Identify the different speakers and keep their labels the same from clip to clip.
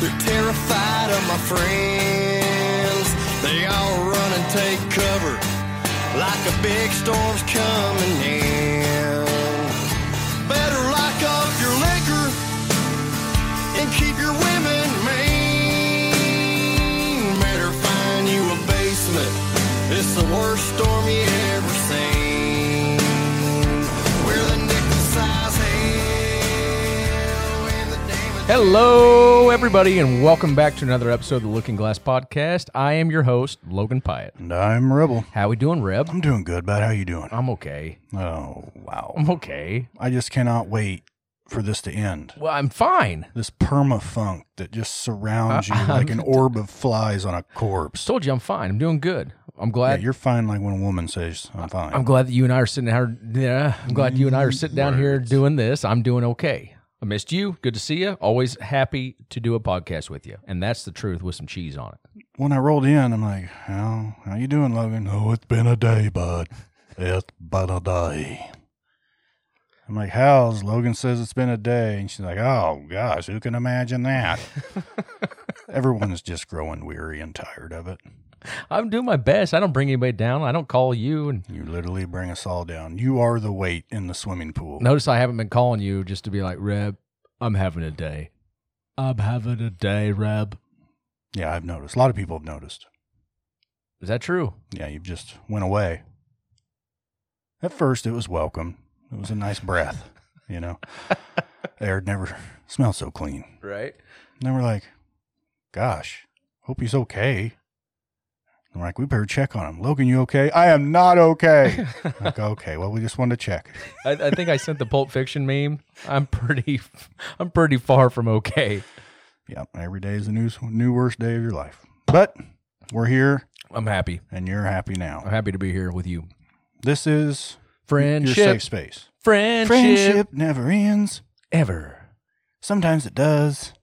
Speaker 1: They're terrified of my friends. They all run and take cover like a big storm's coming in. Better lock up your liquor and keep your women mean. Better find you a basement. It's the worst storm you ever seen. We're the nickel size hell and the damage.
Speaker 2: Hello, everybody, and welcome back to another episode of the Looking Glass Podcast. I am your host, Logan Pyatt.
Speaker 3: And I'm Rebel.
Speaker 2: How we doing, Reb?
Speaker 3: I'm doing good, bud. How you doing?
Speaker 2: I'm okay.
Speaker 3: Oh, wow.
Speaker 2: I'm okay.
Speaker 3: I just cannot wait for this to end.
Speaker 2: Well, I'm fine.
Speaker 3: This perma funk that just surrounds you like an orb of flies on a corpse.
Speaker 2: Told you I'm fine. I'm doing good. I'm
Speaker 3: Yeah,
Speaker 2: glad.
Speaker 3: you're fine like when a woman says, I'm fine.
Speaker 2: I'm glad that you and I are sitting here. Yeah, I'm glad you and I are sitting down here doing this. I'm doing okay. I missed you. Good to see you. Always happy to do a podcast with you, and that's the truth with some cheese on it.
Speaker 3: when I rolled in, I'm like, how, how you doing, Logan? Oh, it's been a day, bud. It's been a day. I'm like, how's Logan says it's been a day? And she's like, oh, gosh, who can imagine that? Everyone's just growing weary and tired of it.
Speaker 2: I'm doing my best. I don't bring anybody down. I don't call you. And
Speaker 3: You literally bring us all down. You are the weight in the swimming pool.
Speaker 2: Notice I haven't been calling you just to be like, Reb, I'm having a day. I'm having a day, Reb.
Speaker 3: Yeah, I've noticed. A lot of people have noticed.
Speaker 2: Is that true?
Speaker 3: Yeah, you've just went away. At first, it was welcome. It was a nice breath, you know. Air had never smelled so clean.
Speaker 2: Right.
Speaker 3: And then we're like, gosh, hope he's okay. And we're like, we better check on him. Logan, you okay? I am not okay. like, okay, well, we just wanted to check.
Speaker 2: I, I think I sent the Pulp Fiction meme. I'm pretty, I'm pretty far from okay.
Speaker 3: Yep, every day is a new, new worst day of your life. But we're here
Speaker 2: I'm happy.
Speaker 3: and you're happy now.
Speaker 2: I'm happy to be here with you.
Speaker 3: This is your
Speaker 2: Friendship,
Speaker 3: safe space.
Speaker 2: friendship,
Speaker 3: Friendship never ends.
Speaker 2: ever.
Speaker 3: Sometimes it does.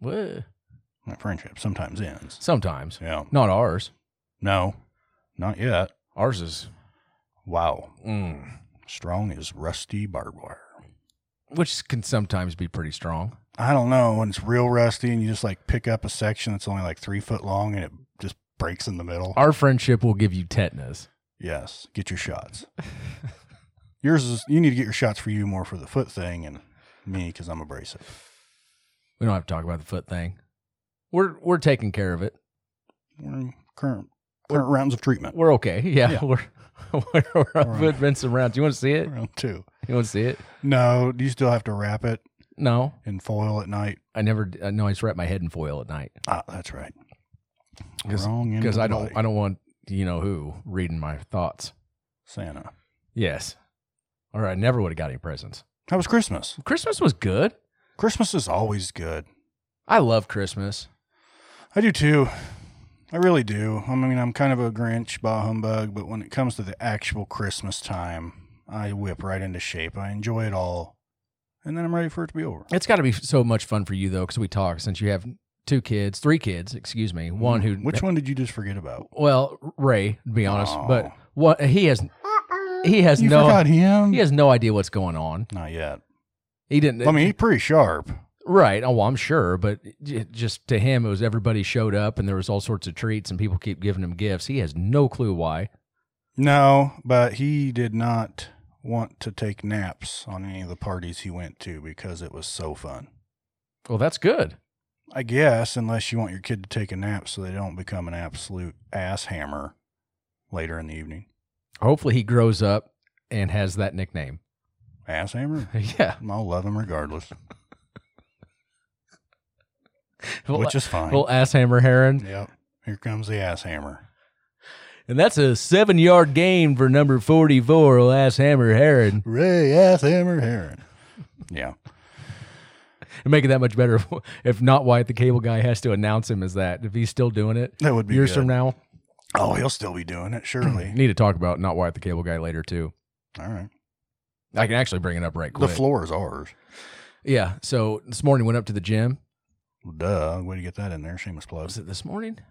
Speaker 2: Wha-
Speaker 3: My friendship sometimes ends.
Speaker 2: Sometimes,
Speaker 3: Yeah.
Speaker 2: not ours.
Speaker 3: No, not yet.
Speaker 2: Ours is,
Speaker 3: Wow.
Speaker 2: mm,
Speaker 3: Strong as rusty barbed wire.
Speaker 2: which can sometimes be pretty strong.
Speaker 3: I don't know when it's real rusty and you just like pick up a section that's only like three foot long and it just breaks in the middle.
Speaker 2: Our friendship will give you tetanus.
Speaker 3: Yes. Get your shots. Yours is, you need to get your shots for you more for the foot thing and me because I'm abrasive.
Speaker 2: We don't have to talk about the foot thing. We're we're taking care of it.
Speaker 3: We're in current, current rounds of treatment.
Speaker 2: We're okay. Yeah,
Speaker 3: Yeah.
Speaker 2: we're we're, we're
Speaker 3: We're-
Speaker 2: we're Vincent rounds. You want to see it?
Speaker 3: Round two.
Speaker 2: You want to see it?
Speaker 3: No, do you still have to wrap it
Speaker 2: No,
Speaker 3: in foil at night?
Speaker 2: I never. d- uh, No, I just wrap my head in foil at night
Speaker 3: Ah, that's right.
Speaker 2: because
Speaker 3: Wrong end of
Speaker 2: because
Speaker 3: the
Speaker 2: I don't
Speaker 3: body.
Speaker 2: I don't want you know who reading my thoughts.
Speaker 3: Santa.
Speaker 2: Yes, or I never would have got any presents.
Speaker 3: How was Christmas?
Speaker 2: Christmas was good.
Speaker 3: Christmas is always good.
Speaker 2: I love Christmas.
Speaker 3: I do too. I really do. I mean, I'm kind of a Grinch, bah humbug, but when it comes to the actual Christmas time, I whip right into shape. I enjoy it all, and then I'm ready for it to be over.
Speaker 2: It's got to be so much fun for you though because we talk since you have two kids, three kids. Excuse me, one who
Speaker 3: Mm-hmm. Which one did you just forget about?
Speaker 2: well Ray to be honest,
Speaker 3: Aw.
Speaker 2: but what he has he has
Speaker 3: You
Speaker 2: no
Speaker 3: forgot him?
Speaker 2: he has no idea what's going on.
Speaker 3: Not yet.
Speaker 2: He didn't.
Speaker 3: I mean, he's pretty sharp.
Speaker 2: Right. Oh, well, I'm sure, but j- just to him, it was everybody showed up and there was all sorts of treats and people keep giving him gifts. He has no clue why.
Speaker 3: No, but he did not want to take naps on any of the parties he went to because it was so fun.
Speaker 2: Well, that's good.
Speaker 3: I guess, unless you want your kid to take a nap so they don't become an absolute ass hammer later in the evening.
Speaker 2: Hopefully, he grows up and has that nickname.
Speaker 3: Ass hammer?
Speaker 2: yeah.
Speaker 3: I'll love him regardless,
Speaker 2: Little-
Speaker 3: which is fine.
Speaker 2: little ass hammer heron.
Speaker 3: yep. Here comes the ass hammer.
Speaker 2: And that's a seven yard gain for number 44, little ass hammer heron.
Speaker 3: Ray ass hammer heron. Yeah.
Speaker 2: to make it that much better. If, if not, why the cable guy has to announce him as that? If he's still doing it,
Speaker 3: That would be
Speaker 2: years
Speaker 3: good.
Speaker 2: from now.
Speaker 3: Oh, he'll still be doing it, surely.
Speaker 2: Need to talk about not why the cable guy later too.
Speaker 3: All right.
Speaker 2: I can actually bring it up right
Speaker 3: The
Speaker 2: quick.
Speaker 3: floor is ours.
Speaker 2: yeah. So this morning went up to the gym.
Speaker 3: Duh. Way to get that in there. Shameless plug.
Speaker 2: Was it this morning?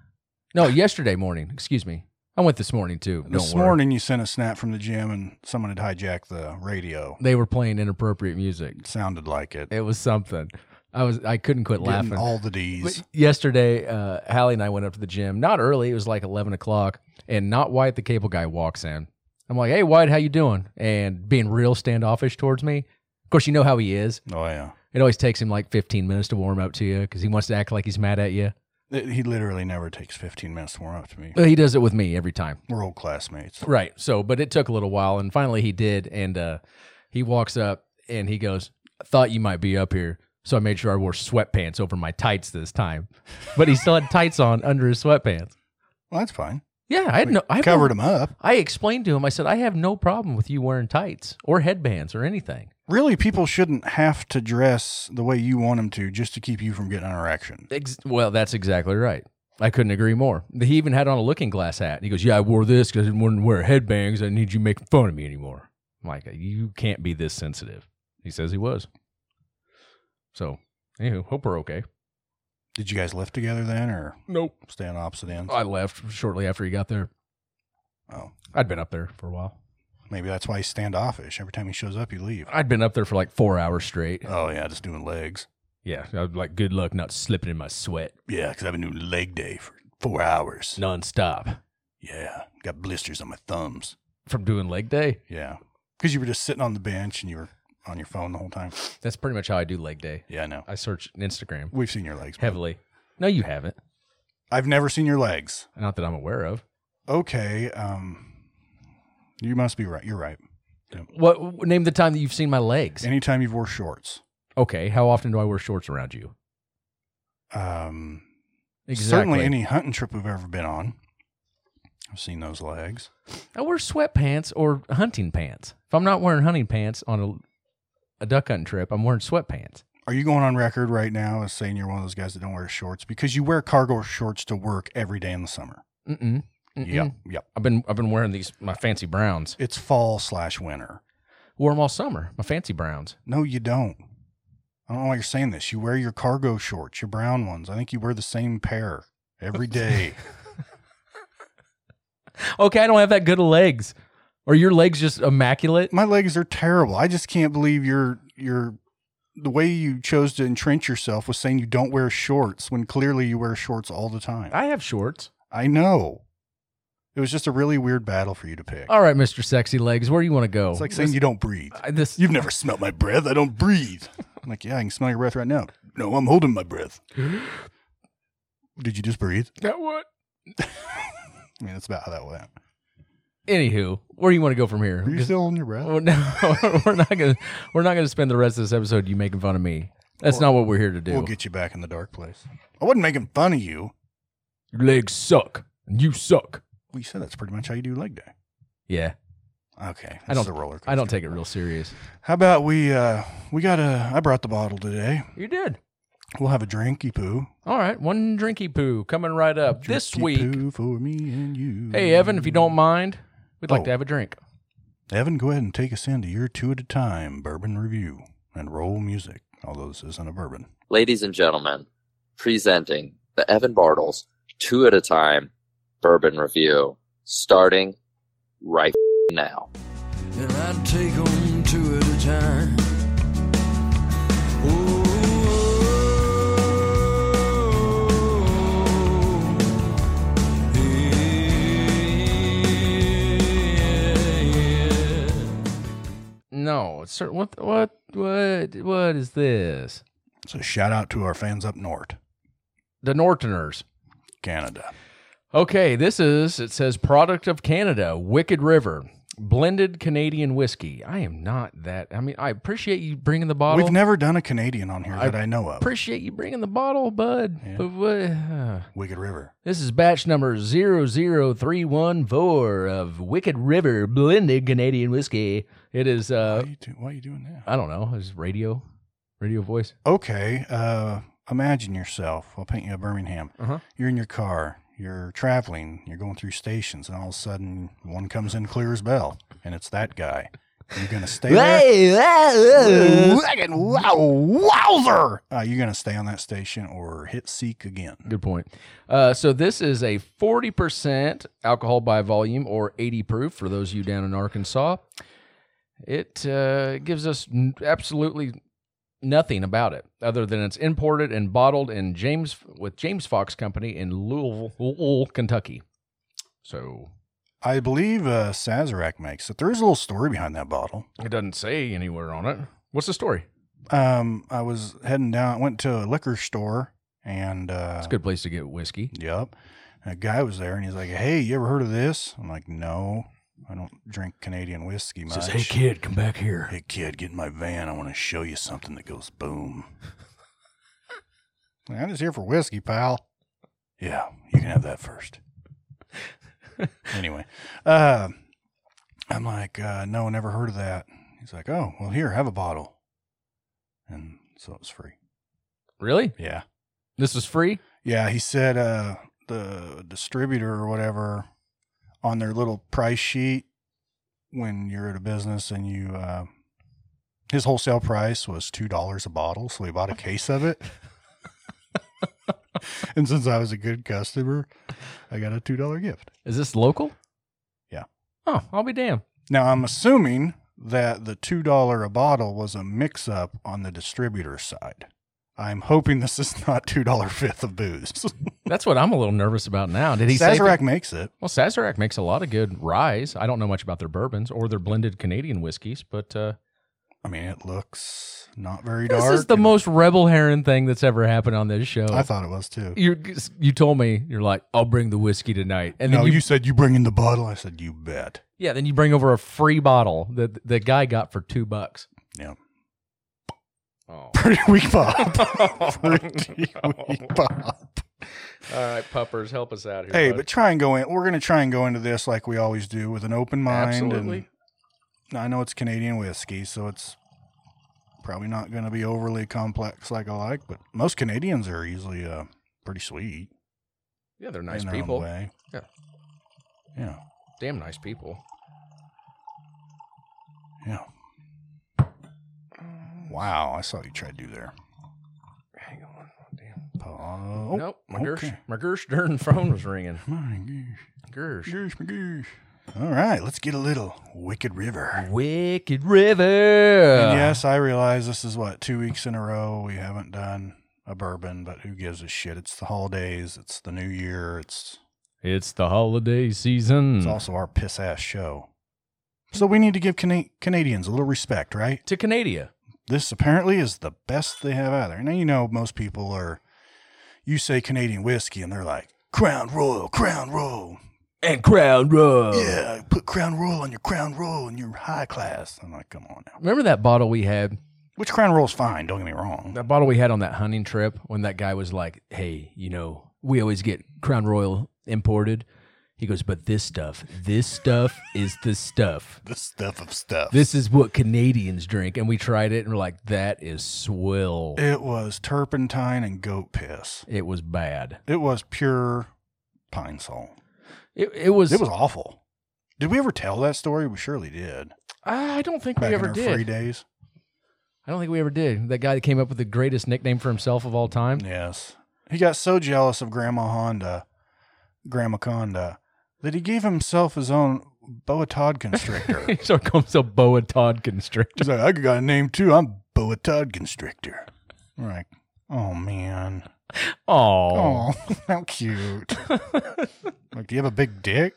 Speaker 2: No, yesterday morning. Excuse me. I went this morning too. Don't
Speaker 3: This
Speaker 2: worry.
Speaker 3: morning, you sent a snap from the gym and someone had hijacked the radio.
Speaker 2: they were playing inappropriate music.
Speaker 3: Sounded like it.
Speaker 2: It was something. I was I couldn't quit
Speaker 3: Getting
Speaker 2: laughing.
Speaker 3: all the D's.
Speaker 2: But yesterday, uh, Hallie and I went up to the gym. Not early; it was like eleven o'clock. And not White, the cable guy, walks in. I'm like, "Hey, White, how you doing?" And being real standoffish towards me. Of course, you know how he is.
Speaker 3: Oh, yeah.
Speaker 2: It always takes him like 15 minutes to warm up to you because he wants to act like he's mad at you.
Speaker 3: It- he literally never takes 15 minutes to warm up to me.
Speaker 2: But he does it with me every time.
Speaker 3: We're old classmates.
Speaker 2: Right. So, but it took a little while, and finally he did. And uh, he walks up and he goes, "I "Thought you might be up here." So I made sure I wore sweatpants over my tights this time, but he still had tights on under his sweatpants.
Speaker 3: Well, that's fine.
Speaker 2: Yeah, I had no. I have
Speaker 3: Covered him up.
Speaker 2: I explained to him. I said, I have no problem with you wearing tights or headbands or anything.
Speaker 3: Really, people shouldn't have to dress the way you want them to just to keep you from getting interaction.
Speaker 2: Ex- well, that's exactly right. I couldn't agree more. He even had on a looking glass hat. He goes, "Yeah, I wore this because I wouldn't wear headbands. I need you making fun of me anymore." I'm like, "You can't be this sensitive." He says he was. So, anywho, hope we're okay.
Speaker 3: Did you guys lift together then or
Speaker 2: Nope.
Speaker 3: stay on opposite ends?
Speaker 2: I left shortly after he got there.
Speaker 3: Oh,
Speaker 2: I'd been up there for a while.
Speaker 3: maybe that's why he's standoffish. Every time he shows up, you leave.
Speaker 2: I'd been up there for like four hours straight.
Speaker 3: Oh, yeah, just doing legs.
Speaker 2: Yeah, I was like, "Good luck not slipping in my sweat
Speaker 3: Yeah, because I've been doing leg day for four hours.
Speaker 2: nonstop
Speaker 3: Yeah, got blisters on my thumbs.
Speaker 2: from doing leg day."
Speaker 3: Yeah, because you were just sitting on the bench and you were on your phone the whole time.
Speaker 2: That's pretty much how I do leg day.
Speaker 3: Yeah, I know.
Speaker 2: I search Instagram
Speaker 3: We've seen your legs. bud.
Speaker 2: heavily. No, you haven't.
Speaker 3: I've never seen your legs.
Speaker 2: Not that I'm aware of.
Speaker 3: Okay, um, you must be right. You're right.
Speaker 2: What name the time that you've seen my legs?
Speaker 3: Anytime you've wore shorts,
Speaker 2: Okay, how often do I wear shorts around you?
Speaker 3: um,
Speaker 2: Exactly.
Speaker 3: certainly any hunting trip we've ever been on, I've seen those legs.
Speaker 2: I wear sweatpants or hunting pants. If I'm not wearing hunting pants on a, a duck hunting trip, I'm wearing sweatpants.
Speaker 3: Are you going on record right now as saying you're one of those guys that don't wear shorts because you wear cargo shorts to work every day in the summer?
Speaker 2: Mm-mm. Mm-mm.
Speaker 3: Yep, yep.
Speaker 2: I've been I've been wearing these my fancy browns.
Speaker 3: It's fall slash winter.
Speaker 2: Wore them all summer. My fancy browns.
Speaker 3: No, you don't. I don't know why you're saying this. You wear your cargo shorts, your brown ones. I think you wear the same pair every day.
Speaker 2: Okay, I don't have that good of legs. Are your legs just immaculate?
Speaker 3: My legs are terrible. I just can't believe your your the way you chose to entrench yourself was saying you don't wear shorts when clearly you wear shorts all the time. I,
Speaker 2: I have shorts.
Speaker 3: know. It was just a really weird battle for you to pick.
Speaker 2: All right, Mister Sexy Legs, where do you want to go?
Speaker 3: it's like saying you don't breathe.
Speaker 2: Oh, I- this
Speaker 3: You've never smelled my breath. I don't breathe. I'm like, yeah, I can smell your breath right now. No, I'm holding my breath. Did you just breathe?
Speaker 2: that what?
Speaker 3: I mean, that's about how that went.
Speaker 2: Anywho, where do you want to go from here?
Speaker 3: Are you still holding your breath?
Speaker 2: Well, no, we're not gonna we're not gonna spend the rest of this episode you making fun of me. That's not what we're here to do.
Speaker 3: We'll get you back in the dark place. I wasn't making fun of you.
Speaker 2: Your legs suck. And you suck.
Speaker 3: Well, you said that's pretty much how you do leg day.
Speaker 2: Yeah,
Speaker 3: Okay,
Speaker 2: I
Speaker 3: this
Speaker 2: don't.
Speaker 3: is a roller coaster.
Speaker 2: I don't take it real serious.
Speaker 3: How about we? uh We got a. I brought the bottle today.
Speaker 2: You did.
Speaker 3: We'll have a drinky poo.
Speaker 2: All right, one drinky poo coming right up this
Speaker 3: Drinky
Speaker 2: week.
Speaker 3: poo for me and you.
Speaker 2: Hey Evan, if you don't mind, we'd like
Speaker 3: Oh.
Speaker 2: to have a drink.
Speaker 3: Evan, go ahead and take us into your two at a time bourbon review and roll music. Although this isn't a bourbon.
Speaker 4: Ladies and gentlemen, presenting the Evan Bartles two at a time bourbon review, starting right now.
Speaker 1: And I'd take 'em two at a time. Ooh, oh, oh, yeah, yeah.
Speaker 2: No, it's cer- what what what what is this?
Speaker 3: So shout out to our fans up north,
Speaker 2: The Nortoners.
Speaker 3: Canada.
Speaker 2: Okay, this is it says product of Canada, Wicked River, blended Canadian whiskey. I am not that. I mean, I appreciate you bringing the bottle.
Speaker 3: We've never done a Canadian on here
Speaker 2: I
Speaker 3: that I know of.
Speaker 2: appreciate you bringing the bottle, bud.
Speaker 3: Yeah.
Speaker 2: But what, uh,
Speaker 3: Wicked River.
Speaker 2: this is batch number 00314 of Wicked River blended Canadian whiskey. It is
Speaker 3: Why
Speaker 2: uh
Speaker 3: you do, why are you doing that?
Speaker 2: I don't know, it's radio radio voice.
Speaker 3: okay, uh, imagine yourself. I'll paint you a Birmingham.
Speaker 2: Uh-huh.
Speaker 3: You're in your car. You're traveling. You're going through stations, and all of a sudden, one comes in clear as bell, and it's that guy. You're gonna stay there. Wagon, wow, wowzer! Uh, you're gonna stay on that station or hit seek again.
Speaker 2: Good point. Uh, so this is a 40% alcohol by volume or 80 proof for those of you down in Arkansas. It uh, gives us n- absolutely nothing about it other than it's imported and bottled in James with James Fox Company in Louisville, Louisville, Kentucky. So
Speaker 3: I believe uh, Sazerac makes it. There's a little story behind that bottle.
Speaker 2: it doesn't say anywhere on it. What's the story?
Speaker 3: Um, I was heading down. I went to a liquor store, and uh,
Speaker 2: It's a good place to get whiskey.
Speaker 3: Yep. And a guy was there and he's like, Hey, you ever heard of this? I'm like, No, I don't drink Canadian whiskey much.
Speaker 2: kid, come back here.
Speaker 3: Hey, kid, get in my van. I want to show you something that goes boom. Like, I'm just here for whiskey, pal. Yeah, you can have that first. anyway, uh, I'm like, uh, No, never heard of that. He's like, Oh, well, here, have a bottle. And so it was free.
Speaker 2: Really?
Speaker 3: Yeah.
Speaker 2: This is free?
Speaker 3: Yeah, he said uh, the distributor or whatever on their little price sheet when you're at a business and you uh, his wholesale price was two dollars a bottle, so he bought a case of it. and since I was a good customer, I got a two dollar gift.
Speaker 2: Is this local?
Speaker 3: Yeah.
Speaker 2: Oh, I'll be damned.
Speaker 3: Now I'm assuming that the two dollar a bottle was a mix up on the distributor side. I'm hoping this is not two dollar fifth of booze.
Speaker 2: That's what I'm a little nervous about now. Did he say?
Speaker 3: Sazerac makes it.
Speaker 2: Well, Sazerac makes a lot of good ryes. I don't know much about their bourbons or their blended Canadian whiskeys, but uh,
Speaker 3: I mean, it looks not very
Speaker 2: this
Speaker 3: dark.
Speaker 2: is the
Speaker 3: and-
Speaker 2: most rebel heron thing that's ever happened on this show.
Speaker 3: I thought it was too.
Speaker 2: you you told me you're like, I'll bring the whiskey tonight, and then
Speaker 3: no,
Speaker 2: you,
Speaker 3: you, said you bring in the bottle. I said you bet.
Speaker 2: yeah, then you bring over a free bottle that the guy got for two bucks.
Speaker 3: Yeah.
Speaker 2: Oh.
Speaker 3: Pretty weak pop. Pretty weak
Speaker 2: All
Speaker 3: pop.
Speaker 2: right, puppers, help us out here.
Speaker 3: Hey,
Speaker 2: bud.
Speaker 3: but try and go in. We're gonna try and go into this like we always do with an open mind.
Speaker 2: Absolutely.
Speaker 3: And I know it's Canadian whiskey, so it's probably not gonna be overly complex like I like. But most Canadians are usually uh, pretty sweet.
Speaker 2: yeah, they're nice
Speaker 3: in their own
Speaker 2: people.
Speaker 3: way.
Speaker 2: Yeah.
Speaker 3: Yeah.
Speaker 2: Damn nice people.
Speaker 3: Yeah. Wow, I saw what you tried to do there.
Speaker 2: Mm. Hang on. Damn.
Speaker 3: Oh,
Speaker 2: nope. My Gersh,
Speaker 3: okay.
Speaker 2: my Gersh Dern phone was ringing.
Speaker 3: My gosh.
Speaker 2: Gersh.
Speaker 3: Gosh, my gosh. All right, let's get a little Wicked River.
Speaker 2: Wicked River.
Speaker 3: And yes, I realize this is what, two weeks in a row we haven't done a bourbon, but who gives a shit? It's the holidays, it's the new year, it's,
Speaker 2: It's the holiday season.
Speaker 3: it's also our piss ass show. So we need to give Cana- Canadians a little respect, right?
Speaker 2: to Canada.
Speaker 3: this apparently is the best they have out there. Now you know most people are you say Canadian whiskey and they're like Crown Royal, Crown Royal.
Speaker 2: And Crown Royal.
Speaker 3: Yeah, put Crown Royal on your Crown Royal and your high class. I'm like, come on now.
Speaker 2: Remember that bottle we had?
Speaker 3: Which Crown Royal's fine, don't get me wrong.
Speaker 2: That bottle we had on that hunting trip when that guy was like, hey, you know, we always get Crown Royal imported. He goes, but this stuff, this stuff is the stuff.
Speaker 3: The stuff of stuff.
Speaker 2: This is what Canadians drink. And we tried it and we're like, that is swill.
Speaker 3: it was turpentine and goat piss.
Speaker 2: It was bad.
Speaker 3: It was pure pine salt.
Speaker 2: It, it was.
Speaker 3: It was awful. Did we ever tell that story? We surely did.
Speaker 2: I don't think
Speaker 3: Back
Speaker 2: we ever
Speaker 3: in our free
Speaker 2: did.
Speaker 3: days.
Speaker 2: I don't think we ever did. That guy that came up with the greatest nickname for himself of all time.
Speaker 3: Yes. He got so jealous of Grandma Honda, Grandma Conda, that he gave himself his own boa Todd constrictor.
Speaker 2: he sort of calls himself Boa Todd Constrictor.
Speaker 3: He's like, I got a name too. I'm boa Todd constrictor. I'm like, oh man.
Speaker 2: Oh,
Speaker 3: Oh, how cute. like, do you have a big dick?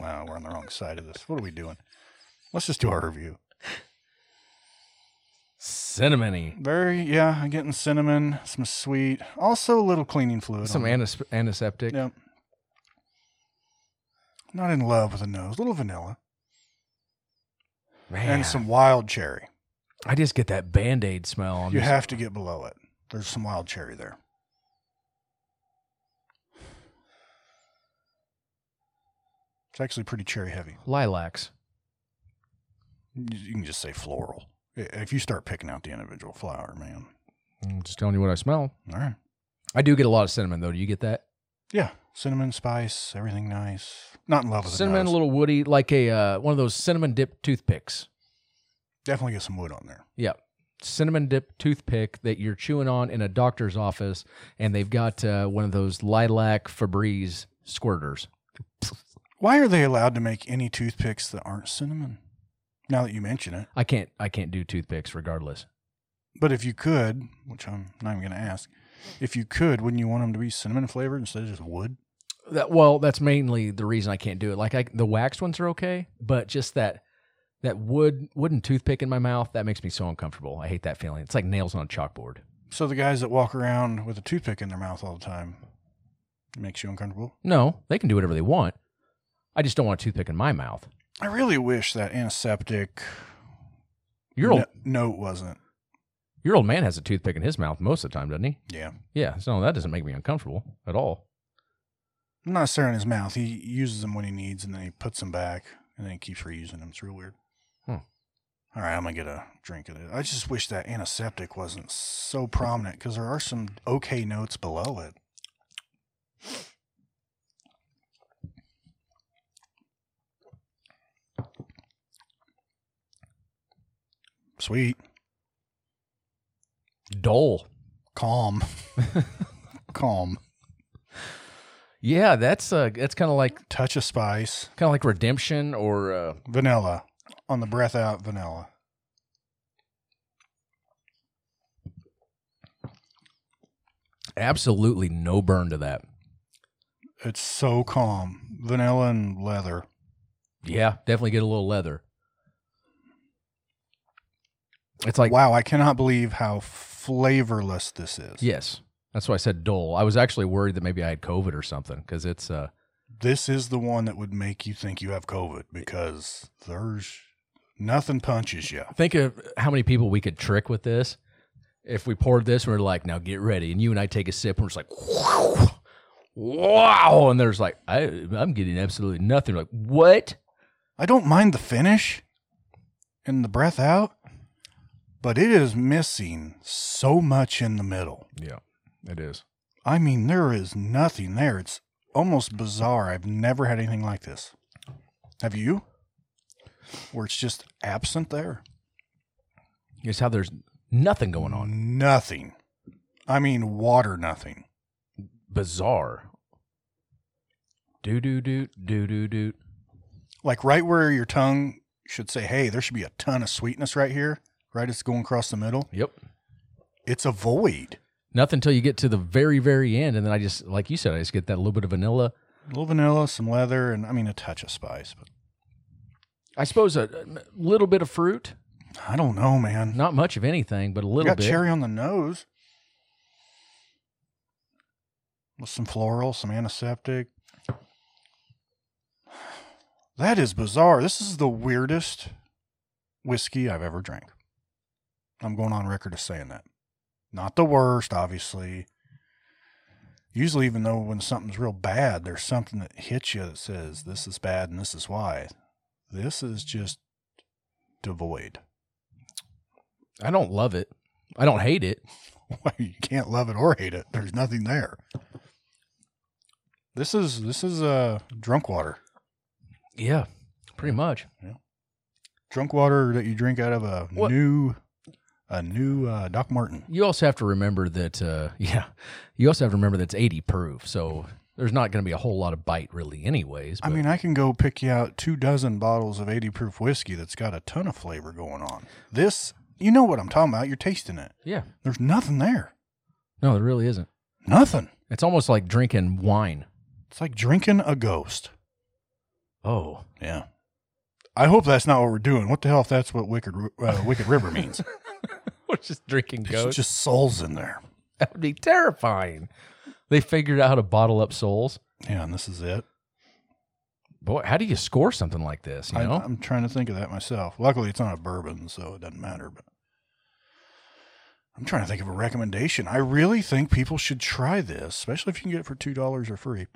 Speaker 3: wow, we're on the wrong side of this. What are we doing? Let's just do our review.
Speaker 2: cinnamony.
Speaker 3: Very, yeah, I'm getting cinnamon, some sweet, also a little cleaning fluid.
Speaker 2: Some
Speaker 3: on it.
Speaker 2: antis- antiseptic.
Speaker 3: Yep. Not in love with the nose. A little vanilla.
Speaker 2: Man,
Speaker 3: and some wild cherry.
Speaker 2: I just get that band aid smell. on
Speaker 3: You
Speaker 2: this.
Speaker 3: have to get below it. There's some wild cherry there. It's actually pretty cherry heavy.
Speaker 2: lilacs.
Speaker 3: You you can just say floral. If you start picking out the individual flower, man.
Speaker 2: I'm Mm, just telling you what I smell.
Speaker 3: All right.
Speaker 2: I do get a lot of cinnamon though. Do you get that?
Speaker 3: Yeah. Cinnamon, spice, everything nice. Not in love with
Speaker 2: Cinnamon,
Speaker 3: the
Speaker 2: a
Speaker 3: nose.
Speaker 2: little woody, like a uh, one of those cinnamon dip toothpicks.
Speaker 3: Definitely get some wood on there.
Speaker 2: Yep. Cinnamon dip toothpick that you're chewing on in a doctor's office, and they've got uh, one of those lilac Febreze squirters.
Speaker 3: Why are they allowed to make any toothpicks that aren't cinnamon? Now that you mention it.
Speaker 2: I can't, I can't do toothpicks regardless.
Speaker 3: But if you could, which I'm not even going to ask, if you could, wouldn't you want them to be cinnamon flavored instead of just wood?
Speaker 2: That well, that's mainly the reason I can't do it. Like I, the waxed ones are okay, but just that that wood wooden toothpick in my mouth that makes me so uncomfortable. I hate that feeling. It's like nails on a chalkboard.
Speaker 3: So the guys that walk around with a toothpick in their mouth all the time it makes you uncomfortable.
Speaker 2: No, they can do whatever they want. I just don't want a toothpick in my mouth.
Speaker 3: I really wish that antiseptic
Speaker 2: Your old
Speaker 3: no- note wasn't.
Speaker 2: your old man has a toothpick in his mouth most of the time, doesn't he?
Speaker 3: Yeah.
Speaker 2: Yeah, so that doesn't make me uncomfortable at all.
Speaker 3: Not necessarily in his mouth. He uses them when he needs and then he puts them back and then he keeps reusing them. It's real weird.
Speaker 2: Hmm.
Speaker 3: All right, I'm going to get a drink of it. I just wish that antiseptic wasn't so prominent because there are some okay notes below it. Sweet,
Speaker 2: Dull.
Speaker 3: calm, calm.
Speaker 2: Yeah, that's uh, that's kind of like
Speaker 3: Touch of spice,
Speaker 2: kind of like redemption or uh,
Speaker 3: vanilla on the breath out, vanilla.
Speaker 2: absolutely no burn to that.
Speaker 3: It's so calm. Vanilla and leather.
Speaker 2: Yeah, definitely get a little leather. It's like
Speaker 3: wow, I cannot believe how flavorless this is.
Speaker 2: yes, that's why I said dull. I was actually worried that maybe I had COVID or something because it's uh,
Speaker 3: This is the one that would make you think you have COVID because there's nothing punches you.
Speaker 2: think of how many people we could trick with this. If we poured this, and we're like, now get ready, and you and I take a sip, and we're just like, wow, and there's like, I, I'm getting absolutely nothing. Like what?
Speaker 3: I don't mind the finish and the breath out, but it is missing so much in the middle.
Speaker 5: Yeah, it is.
Speaker 3: I mean, there is nothing there. It's almost bizarre. I've never had anything like this. Have you? Where it's just absent there?
Speaker 2: It's how there's nothing going on.
Speaker 3: Nothing. I mean, water, nothing.
Speaker 2: Bizarre. Do do do do do do.
Speaker 3: Like right where your tongue should say, hey, there should be a ton of sweetness right here, right? It's going across the middle.
Speaker 2: Yep.
Speaker 3: It's a void.
Speaker 2: Nothing until you get to the very, very end. And then I just, like you said, I just get that little bit of vanilla.
Speaker 3: A little vanilla, some leather, and I mean, a touch of spice. But
Speaker 2: I suppose a, a little bit of fruit,
Speaker 3: I don't know, man.
Speaker 2: not much of anything, but a
Speaker 3: I
Speaker 2: little
Speaker 3: got
Speaker 2: bit.
Speaker 3: cherry on the nose. With some floral, some antiseptic. That is bizarre. This is the weirdest whiskey I've ever drank. I'm going on record as saying that. Not the worst, obviously. Usually, even though when something's real bad, there's something that hits you that says, this is bad and this is why. This is just devoid.
Speaker 2: I don't love it. I don't hate it.
Speaker 3: Well, you can't love it or hate it. There's nothing there. This is this is uh drunk water.
Speaker 2: Yeah, pretty much.
Speaker 3: Drunk water that you drink out of a
Speaker 2: What-
Speaker 3: new a new uh, Doc Martin.
Speaker 2: You also have to remember that, uh, yeah, you also have to remember that's 80 proof. So there's not going to be a whole lot of bite really, anyways.
Speaker 3: I
Speaker 2: but-
Speaker 3: mean, I can go pick you out two dozen bottles of 80 proof whiskey that's got a ton of flavor going on. This, you know what I'm talking about. You're tasting it.
Speaker 2: yeah,
Speaker 3: There's nothing there.
Speaker 2: no, there really isn't.
Speaker 3: Nothing.
Speaker 2: It's almost like drinking wine.
Speaker 3: It's like drinking a ghost.
Speaker 2: Oh,
Speaker 3: Yeah. I hope that's not what we're doing. What the hell if that's what Wicked, Ri- uh, Wicked River means?
Speaker 2: we're just drinking
Speaker 3: There's
Speaker 2: ghost.
Speaker 3: just souls in there.
Speaker 2: that would be terrifying. They figured out how to bottle up souls.
Speaker 3: Yeah, and this is it.
Speaker 2: Boy, how do you score something like this? You
Speaker 3: I,
Speaker 2: know,
Speaker 3: I'm trying to think of that myself. Luckily, it's not a bourbon, so it doesn't matter. But I'm trying to think of a recommendation. I really think people should try this, especially if you can get it for two dollars or free.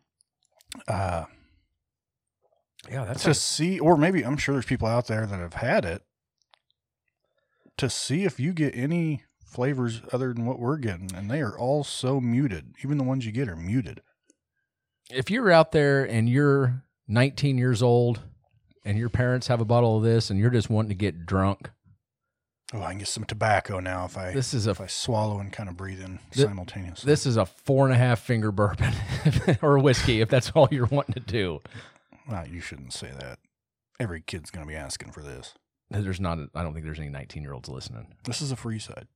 Speaker 3: Uh,
Speaker 2: yeah, that's
Speaker 3: to see, or maybe I'm sure there's people out there that have had it to see if you get any flavors other than what we're getting, and they are all so muted. Even the ones you get are muted.
Speaker 2: if you're out there and you're 19 years old and your parents have a bottle of this and you're just wanting to get drunk,
Speaker 3: Oh, I can get some tobacco now if I
Speaker 2: this is a
Speaker 3: if I swallow and kind of breathe in
Speaker 2: Th-
Speaker 3: simultaneously.
Speaker 2: this is a four and a half finger bourbon or whiskey if that's all you're wanting to do.
Speaker 3: well, you shouldn't say that. Every kid's gonna be asking for this.
Speaker 2: There's not. A, I don't think there's any 19 year olds listening.
Speaker 3: This is a free side.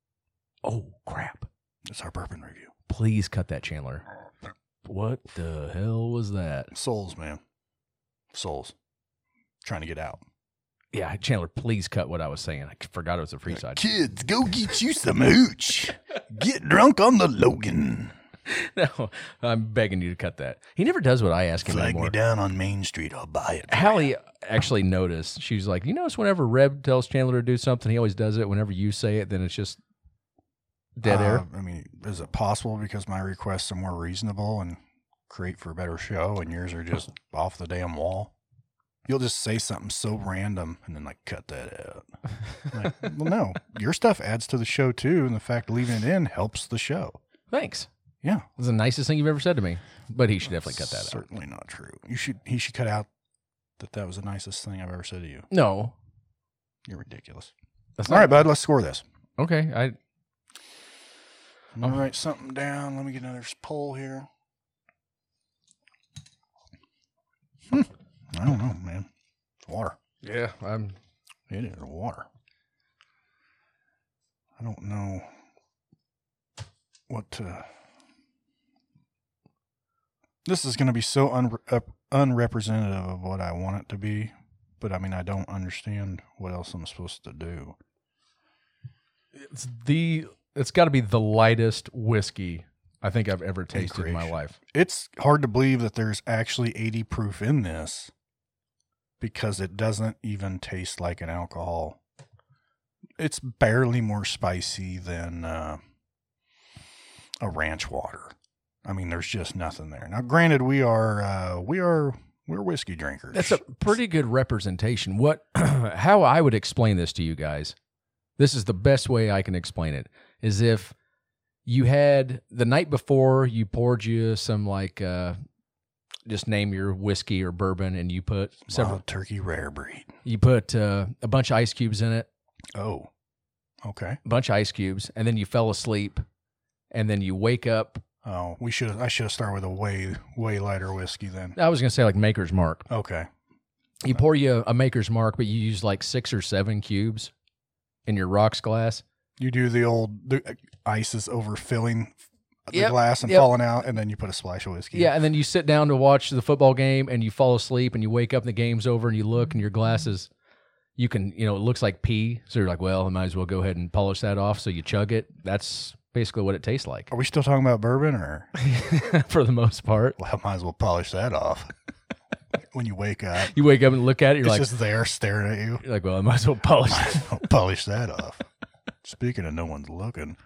Speaker 2: Oh crap!
Speaker 3: It's our bourbon review.
Speaker 2: Please cut that, Chandler. What the hell was that?
Speaker 3: Souls, man. Souls. Trying to get out.
Speaker 2: Yeah, Chandler, please cut what I was saying. I forgot it was a free side.
Speaker 3: Kids, go get you some hooch. Get drunk on the Logan.
Speaker 2: No, I'm begging you to cut that. He never does what I ask him
Speaker 3: Flag me
Speaker 2: anymore.
Speaker 3: down on Main Street. I'll buy it.
Speaker 2: Hallie actually noticed. She's like, you notice whenever Reb tells Chandler to do something, he always does it. Whenever you say it, then it's just dead air.
Speaker 3: Uh, I mean, is it possible because my requests are more reasonable and create for a better show, and yours are just off the damn wall? You'll just say something so random and then like cut that out. Like, well, no, your stuff adds to the show too, and the fact leaving it in helps the show.
Speaker 2: Thanks.
Speaker 3: Yeah,
Speaker 2: It's the nicest thing you've ever said to me. But he should definitely cut that out.
Speaker 3: Certainly not true. You should. He should cut out that. That was the nicest thing I've ever said to you.
Speaker 2: No.
Speaker 3: You're ridiculous.
Speaker 2: That's
Speaker 3: All right, bud. Let's score this.
Speaker 2: Okay. I
Speaker 3: I'm gonna write something down. Let me get another s- poll here. Hmm. I don't know, man. It's water.
Speaker 2: Yeah, I'm
Speaker 3: It is water. I don't know what to. This is going to be so un- up- unrepresentative of what I want it to be, but I mean, I don't understand what else I'm supposed to do.
Speaker 2: it's the it's gotta be the lightest whiskey I think I've ever tasted in my
Speaker 3: creation.
Speaker 2: life.
Speaker 3: it's hard to believe that there's actually 80 proof in this because it doesn't even taste like an alcohol. It's barely more spicy than uh, a ranch water. I mean, there's just nothing there. Now, granted, we are uh, we are we're whiskey drinkers.
Speaker 2: That's a pretty good representation. What how I would explain this to you guys. This is the best way I can explain it is if you had the night before you poured you some like uh just name your whiskey or bourbon and you put several
Speaker 3: Wild turkey rare breed.
Speaker 2: you put uh, a bunch of ice cubes in it,
Speaker 3: Oh, okay.
Speaker 2: a bunch of ice cubes and then you fell asleep and then you wake up
Speaker 3: Oh, we should I should have started with a way way lighter whiskey then.
Speaker 2: I was going to say like maker's mark.
Speaker 3: Okay,
Speaker 2: You pour you a maker's mark but you use like 6 or 7 cubes in your rocks glass
Speaker 3: You do the old the uh, ice is overfilling the
Speaker 2: Yep,
Speaker 3: glass and
Speaker 2: yep.
Speaker 3: falling out, and then you put a splash of whiskey.
Speaker 2: Yeah, and then you sit down to watch the football game and you fall asleep and you wake up and the game's over and you look and your glasses you can you know, it looks like pee. So you're like, Well, I might as well go ahead and polish that off so you chug it. That's basically what it tastes like
Speaker 3: Are we still talking about bourbon, or
Speaker 2: for the most part.
Speaker 3: well, I might as well polish that off when you wake up?
Speaker 2: You wake up and look at it, you're
Speaker 3: it's
Speaker 2: like
Speaker 3: just there staring at you.
Speaker 2: you're like, Well, I might as well polish it.
Speaker 3: I'll polish that off. Speaking of no one's looking,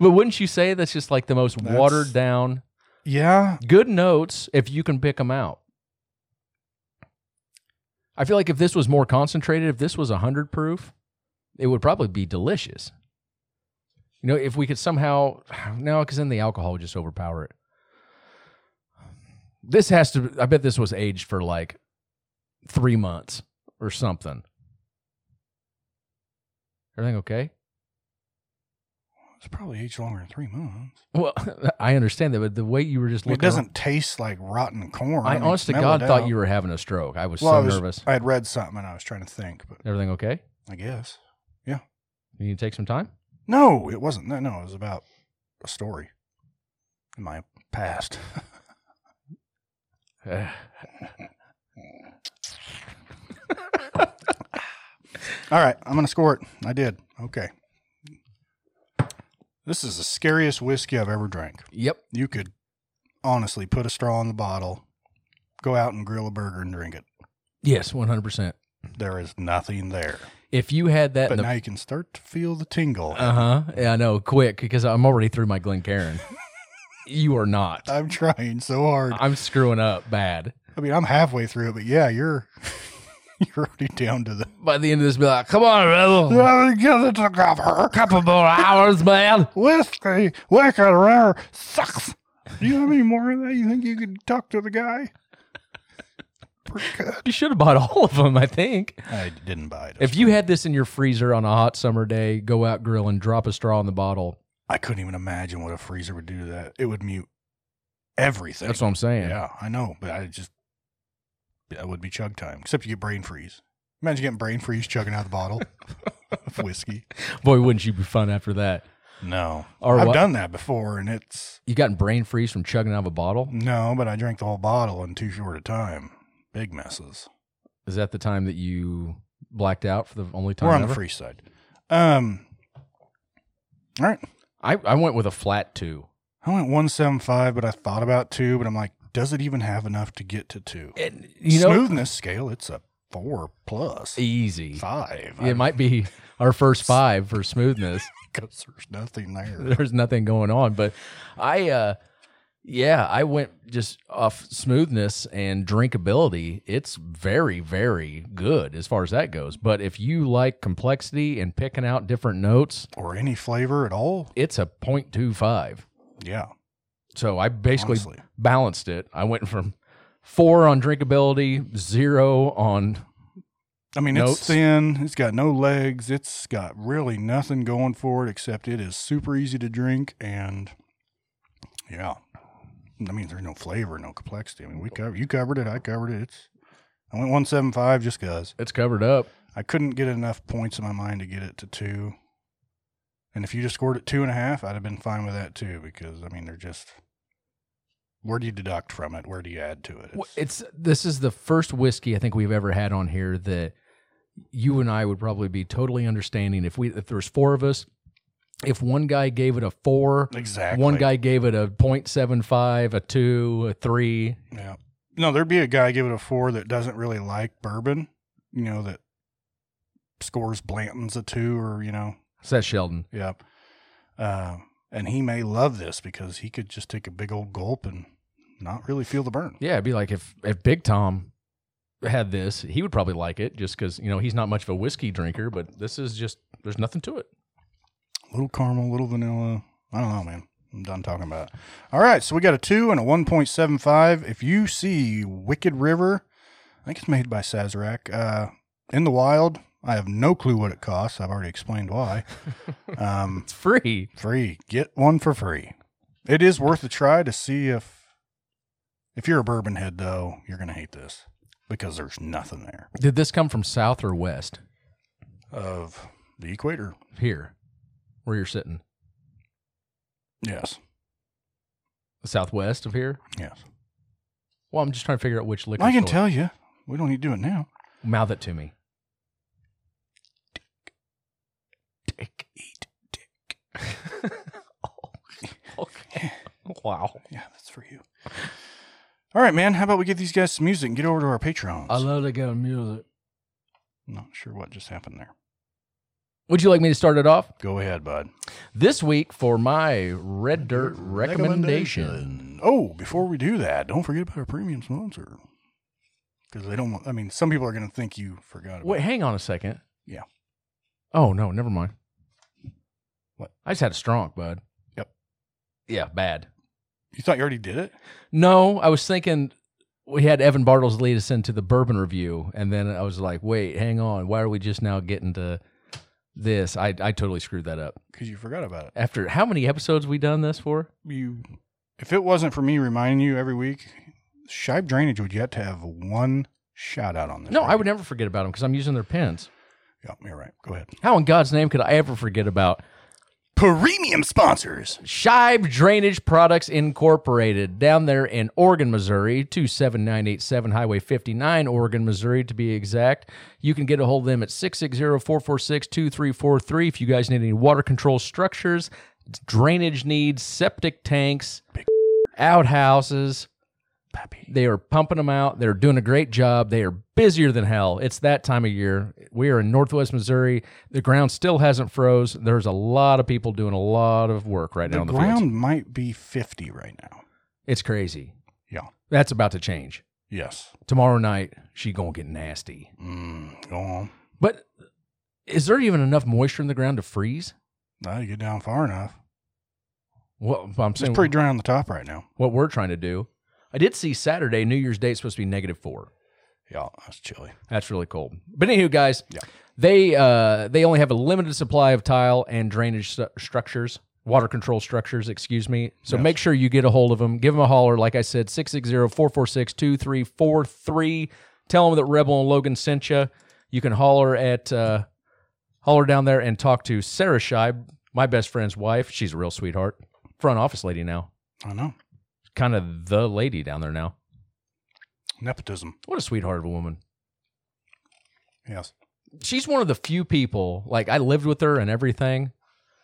Speaker 2: But wouldn't you say that's just like the most
Speaker 3: That's-
Speaker 2: watered down
Speaker 3: yeah,
Speaker 2: good notes if you can pick them out. I feel like if this was more concentrated, if this was 100 proof, it would probably be delicious. You know, if we could somehow, no, because then the alcohol would just overpower it. This has to, I bet this was aged for like three months or something. Everything okay?
Speaker 3: it's probably aged longer than three months.
Speaker 2: Well, I understand that, but the way you were just
Speaker 3: It
Speaker 2: looking.
Speaker 3: doesn't taste like rotten corn.
Speaker 2: I,
Speaker 3: mean,
Speaker 2: honest to
Speaker 3: smell
Speaker 2: God
Speaker 3: it
Speaker 2: thought
Speaker 3: out.
Speaker 2: you were having a stroke. I was
Speaker 3: Well,
Speaker 2: so
Speaker 3: I was-
Speaker 2: nervous.
Speaker 3: I had read something and I was trying to think, but
Speaker 2: Everything okay?
Speaker 3: I guess
Speaker 2: You need to take some time?
Speaker 3: no, it wasn't. No, no, it was about a story in my past. All right, I'm gonna score it. I did. Okay. This is the scariest whiskey I've ever drank.
Speaker 2: yep.
Speaker 3: You could honestly put a straw in the bottle, go out and grill a burger and drink it.
Speaker 2: Yes, 100%.
Speaker 3: There is nothing there.
Speaker 2: If you had that
Speaker 3: But
Speaker 2: in the.
Speaker 3: now you can start to feel the tingle.
Speaker 2: Uh huh. Yeah, I know. Quick, because I'm already through my Glencairn. you are not.
Speaker 3: I'm trying so hard.
Speaker 2: I'm screwing up bad.
Speaker 3: I mean, I'm halfway through it, but yeah, you're You're already down to the.
Speaker 2: By the end of this, be like, come on, Rebel.
Speaker 3: Give it to cover.
Speaker 2: Couple more hours, man.
Speaker 3: Whiskey, wicked rare, sucks. Do you have any more of that? You think you could talk to the guy? Pretty good.
Speaker 2: You should have bought all of them, I think.
Speaker 3: I didn't buy it.
Speaker 2: If you had this in your freezer on a hot summer day, go out grilling, drop a straw in the bottle.
Speaker 3: I couldn't even imagine what a freezer would do to that. It would mute everything.
Speaker 2: That's what I'm saying.
Speaker 3: Yeah, I know, but I just that would be chug time. Except you get brain freeze. Imagine getting brain freeze chugging out of the bottle of whiskey.
Speaker 2: Boy, wouldn't you be fun after that?
Speaker 3: No,
Speaker 2: Or
Speaker 3: I've
Speaker 2: what-
Speaker 3: done that before, and it's
Speaker 2: You gotten brain freeze from chugging out of a bottle?
Speaker 3: no, but I drank the whole bottle in too short a time. Big messes.
Speaker 2: Is that the time that you blacked out for the only time
Speaker 3: We're on
Speaker 2: ever?
Speaker 3: the free side. Um. All right,
Speaker 2: I, I went with a flat two.
Speaker 3: I went one seven five, but I thought about two, but I'm like, does it even have enough to get to two?
Speaker 2: And, you know,
Speaker 3: Smoothness scale, it's a four plus
Speaker 2: easy.
Speaker 3: five.
Speaker 2: It might be our first five for smoothness.
Speaker 3: because there's nothing there.
Speaker 2: There's nothing going on, but I, uh, yeah, I went just off smoothness and drinkability. It's very, very good as far as that goes. But if you like complexity and picking out different notes,
Speaker 3: or any flavor at all.
Speaker 2: it's a 0.25.
Speaker 3: Yeah,
Speaker 2: So I basically
Speaker 3: honestly.
Speaker 2: balanced it. I went from four on drinkability, zero on
Speaker 3: I mean,
Speaker 2: Notes?
Speaker 3: it's thin. It's got no legs. It's got really nothing going for it except it is super easy to drink. And yeah, I mean, there's no flavor, no complexity. I mean, we covered you covered it. I covered it. It's I went one seven five just because
Speaker 2: it's covered up.
Speaker 3: I couldn't get enough points in my mind to get it to two. And if you just scored it two and a half, I'd have been fine with that too. Because I mean, they're just where do you deduct from it? Where do you add to it?
Speaker 2: Well,
Speaker 3: It's-
Speaker 2: It's this is the first whiskey I think we've ever had on here that you and I would probably be totally understanding if we if there was four of us. If one guy gave it a four,
Speaker 3: exactly
Speaker 2: one guy gave it a 0.75, a two, a three.
Speaker 3: Yeah. No, there'd be a guy give it a four that doesn't really like bourbon, you know, that scores Blanton's a two or, you know,
Speaker 2: Is that Sheldon?
Speaker 3: yep. Uh, and he may love this because he could just take a big old gulp and not really feel the burn.
Speaker 2: Yeah, it'd be like if if Big Tom had this, he would probably like it just because you know he's not much of a whiskey drinker. But this is just there's nothing to it.
Speaker 3: little caramel, little vanilla. I don't know, man. I'm done talking about it. All right, so we got a two and a 1.75. If you see Wicked River, I think it's made by Sazerac, uh, in the wild, I have no clue what it costs. I've already explained why. Um,
Speaker 2: It's free.
Speaker 3: free. Get one for free. It is worth a try to see if if you're a bourbon head though, you're gonna hate this because there's nothing there
Speaker 2: Did this come from south or west?
Speaker 3: of the equator.
Speaker 2: Here, where you're sitting,
Speaker 3: Yes.
Speaker 2: southwest of here.
Speaker 3: Yes.
Speaker 2: Well, I'm just trying to figure out which liquor.
Speaker 3: I can
Speaker 2: store.
Speaker 3: tell you. We don't need to do it now.
Speaker 2: Mouth it to me.
Speaker 3: Dick eat dick.
Speaker 2: Oh, Okay. Wow.
Speaker 3: Yeah, that's for you. All right, man. How about we get these guys some music and get over to our Patreons?
Speaker 2: I love to go music.
Speaker 3: Not sure what just happened there.
Speaker 2: Would you like me to start it off
Speaker 3: Go ahead, bud.
Speaker 2: this week for my red dirt recommendation?
Speaker 3: Oh, before we do that, don't forget about our premium sponsor. Because they don't want, I mean, some people are going to think you forgot about
Speaker 2: Wait, hang on a second.
Speaker 3: Yeah.
Speaker 2: Oh no, never mind.
Speaker 3: What?
Speaker 2: I just had a strong, bud.
Speaker 3: Yep.
Speaker 2: Yeah, bad.
Speaker 3: You thought you already did it?
Speaker 2: No, I was thinking we had Evan Bartles lead us into the bourbon review, and then I was like, wait, hang on, why are we just now getting to this? I I totally screwed that up.
Speaker 3: Because you forgot about it.
Speaker 2: After how many episodes we done this for?
Speaker 3: You, if it wasn't for me reminding you every week, Shibe Drainage would yet to have one shout out on this.
Speaker 2: No, I
Speaker 3: right?
Speaker 2: would never forget about them because I'm using their pens.
Speaker 3: Yeah, you're right. Go ahead.
Speaker 2: How in God's name could I ever forget about
Speaker 3: Premium sponsors.
Speaker 2: Shibe Drainage Products Incorporated down there in Oregon, Missouri, 27987 Highway 59, Oregon, Missouri to be exact. You can get a hold of them at 660-446-2343 if you guys need any water control structures, drainage needs, septic tanks, outhouses. They are pumping them out. They're doing a great job. They are busier than hell. It's that time of year. We are in Northwest Missouri. The ground still hasn't froze. There's a lot of people doing a lot of work right now.
Speaker 3: The
Speaker 2: in the
Speaker 3: ground
Speaker 2: fields.
Speaker 3: might be 50 right now.
Speaker 2: It's crazy.
Speaker 3: Yeah.
Speaker 2: That's about to change.
Speaker 3: Yes.
Speaker 2: Tomorrow night, she gonna get nasty.
Speaker 3: Mm, go on.
Speaker 2: But is there even enough moisture in the ground to freeze?
Speaker 3: Now you get down far enough.
Speaker 2: Well, I'm
Speaker 3: It's
Speaker 2: saying
Speaker 3: pretty dry on the top right now.
Speaker 2: what we're trying to do. I did see Saturday, New Year's Day, it's supposed to be negative four.
Speaker 3: Yeah, that's chilly.
Speaker 2: That's really cool. But anywho, guys,
Speaker 3: Yeah.
Speaker 2: they uh, they only have a limited supply of tile and drainage stu- structures, water control structures, excuse me. So
Speaker 3: Yes.
Speaker 2: make sure you get a hold of them. Give them a holler. Like I said, 660-446-2343. Tell them that Rebel and Logan sent you. You can holler at uh, holler down there and talk to Sarah Scheib, my best friend's wife. She's a real sweetheart. Front office lady now.
Speaker 3: I know.
Speaker 2: Kind of the lady down there now.
Speaker 3: Nepotism.
Speaker 2: What a sweetheart of a woman.
Speaker 3: Yes.
Speaker 2: she's one of the few people like I lived with her and everything.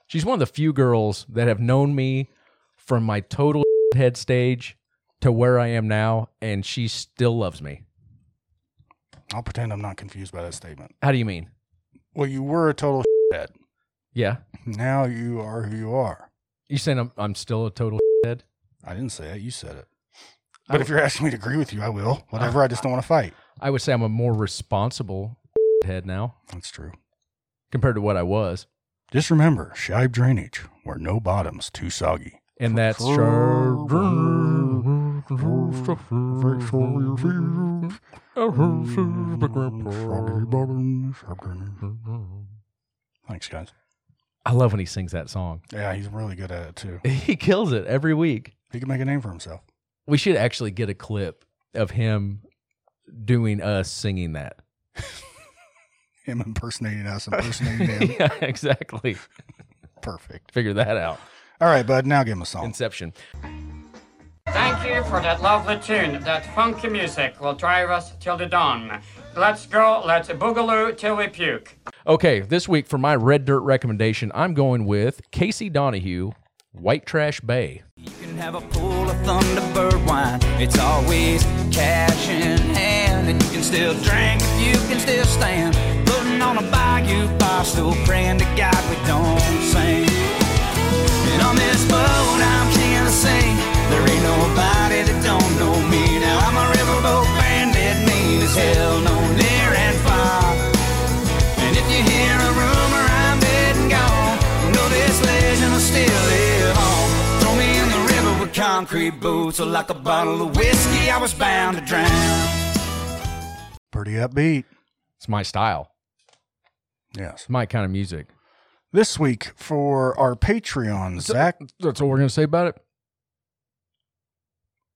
Speaker 2: She's one of the few girls that have known me from my total head stage to where I am now, and she still loves me.
Speaker 3: I'll pretend I'm not confused by that statement.
Speaker 2: How do you mean?
Speaker 3: Well, you were a total head.
Speaker 2: Yeah,
Speaker 3: Now you are who you are.
Speaker 2: you saying I'm I'm still a total head?
Speaker 3: I didn't say it. You said it.
Speaker 2: I
Speaker 3: But if
Speaker 2: would-
Speaker 3: you're asking me to agree with you, I will. Whatever. I just don't want to fight.
Speaker 2: I would say I'm a more responsible head now
Speaker 3: That's true.
Speaker 2: compared to what I was,
Speaker 3: Just remember, shibe drainage, where no bottom's too soggy.
Speaker 2: and that's
Speaker 3: Mm-hmm.
Speaker 2: Mm-hmm.
Speaker 3: Thanks, guys.
Speaker 2: I love when he sings that song.
Speaker 3: Yeah, he's really good at it too.
Speaker 2: He kills it every week.
Speaker 3: He can make a name for himself.
Speaker 2: We should actually get a clip of him doing us singing that.
Speaker 3: Him impersonating us, impersonating him.
Speaker 2: yeah, exactly.
Speaker 3: Perfect.
Speaker 2: Figure that out.
Speaker 3: All right, bud. Now give him a song.
Speaker 2: Inception.
Speaker 6: Thank you for that lovely tune. That funky music will drive us till the dawn. Let's go, let's boogaloo till we puke.
Speaker 2: Okay, this week for my red dirt recommendation, I'm going with Casey Donahue, White Trash Bay.
Speaker 1: You can have a pool of Thunderbird wine. It's always cash in hand, and you can still drink if you can still stand. Floating on a bayou bar, still praying to God we don't sing. And on this boat, I'm king of the sea. There ain't nobody that don't know me. Now I'm a riverboat bandit, mean as hell, known near and far. And if you hear a rumor I'm dead and gone, know this legend will still live on. Throw me in the river with concrete boots, or like a bottle of whiskey, I was bound to drown.
Speaker 3: Pretty upbeat.
Speaker 2: It's my style.
Speaker 3: Yes.
Speaker 2: It's my kind of music.
Speaker 3: This week for our Patreon, Zach.
Speaker 2: That's all we're gonna say about it.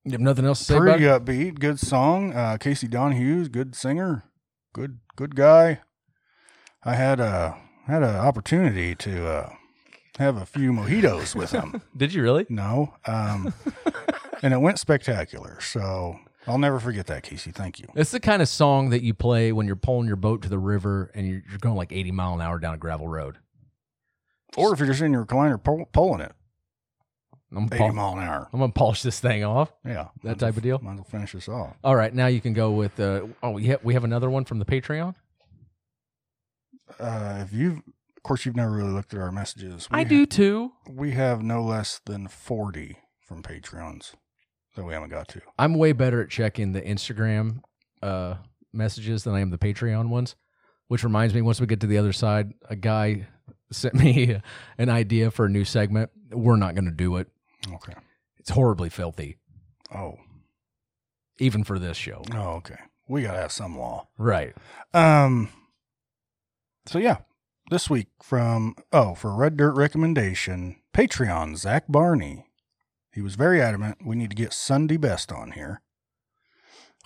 Speaker 2: You have nothing else to say about
Speaker 3: Pretty
Speaker 2: it?
Speaker 3: upbeat. Good song. Uh, Casey Donahue, good singer. Good, good guy. I had a had an opportunity to uh, have a few mojitos with him.
Speaker 2: Did you really?
Speaker 3: No. Um, and it went spectacular. So I'll never forget that, Casey. Thank you.
Speaker 2: It's the kind of song that you play when you're pulling your boat to the river and you're, you're going like 80 mile an hour down a gravel road.
Speaker 3: Or if you're just in your recliner pull, pulling it,
Speaker 2: I'm,
Speaker 3: 80
Speaker 2: pol-
Speaker 3: mile an hour.
Speaker 2: I'm gonna polish this thing off.
Speaker 3: Yeah.
Speaker 2: That type of deal.
Speaker 3: Might as well finish this off.
Speaker 2: All right, now you can go with. Uh, oh, we have, we have another one from the Patreon.
Speaker 3: Uh, if you've, of course, you've never really looked at our messages. We
Speaker 2: too.
Speaker 3: we have no less than 40 from Patreons that we haven't got to.
Speaker 2: I'm way better at checking the Instagram uh, messages than I am the Patreon ones. Which reminds me, once we get to the other side, a guy sent me an idea for a new segment. We're not going to do it.
Speaker 3: Okay.
Speaker 2: It's horribly filthy,
Speaker 3: Oh.
Speaker 2: even for this show.
Speaker 3: Oh, okay. We got to have some law.
Speaker 2: Right.
Speaker 3: Um. So yeah, this week from oh for Red Dirt recommendation Patreon Zach Barney. He was very adamant we need to get Sunday Best on here,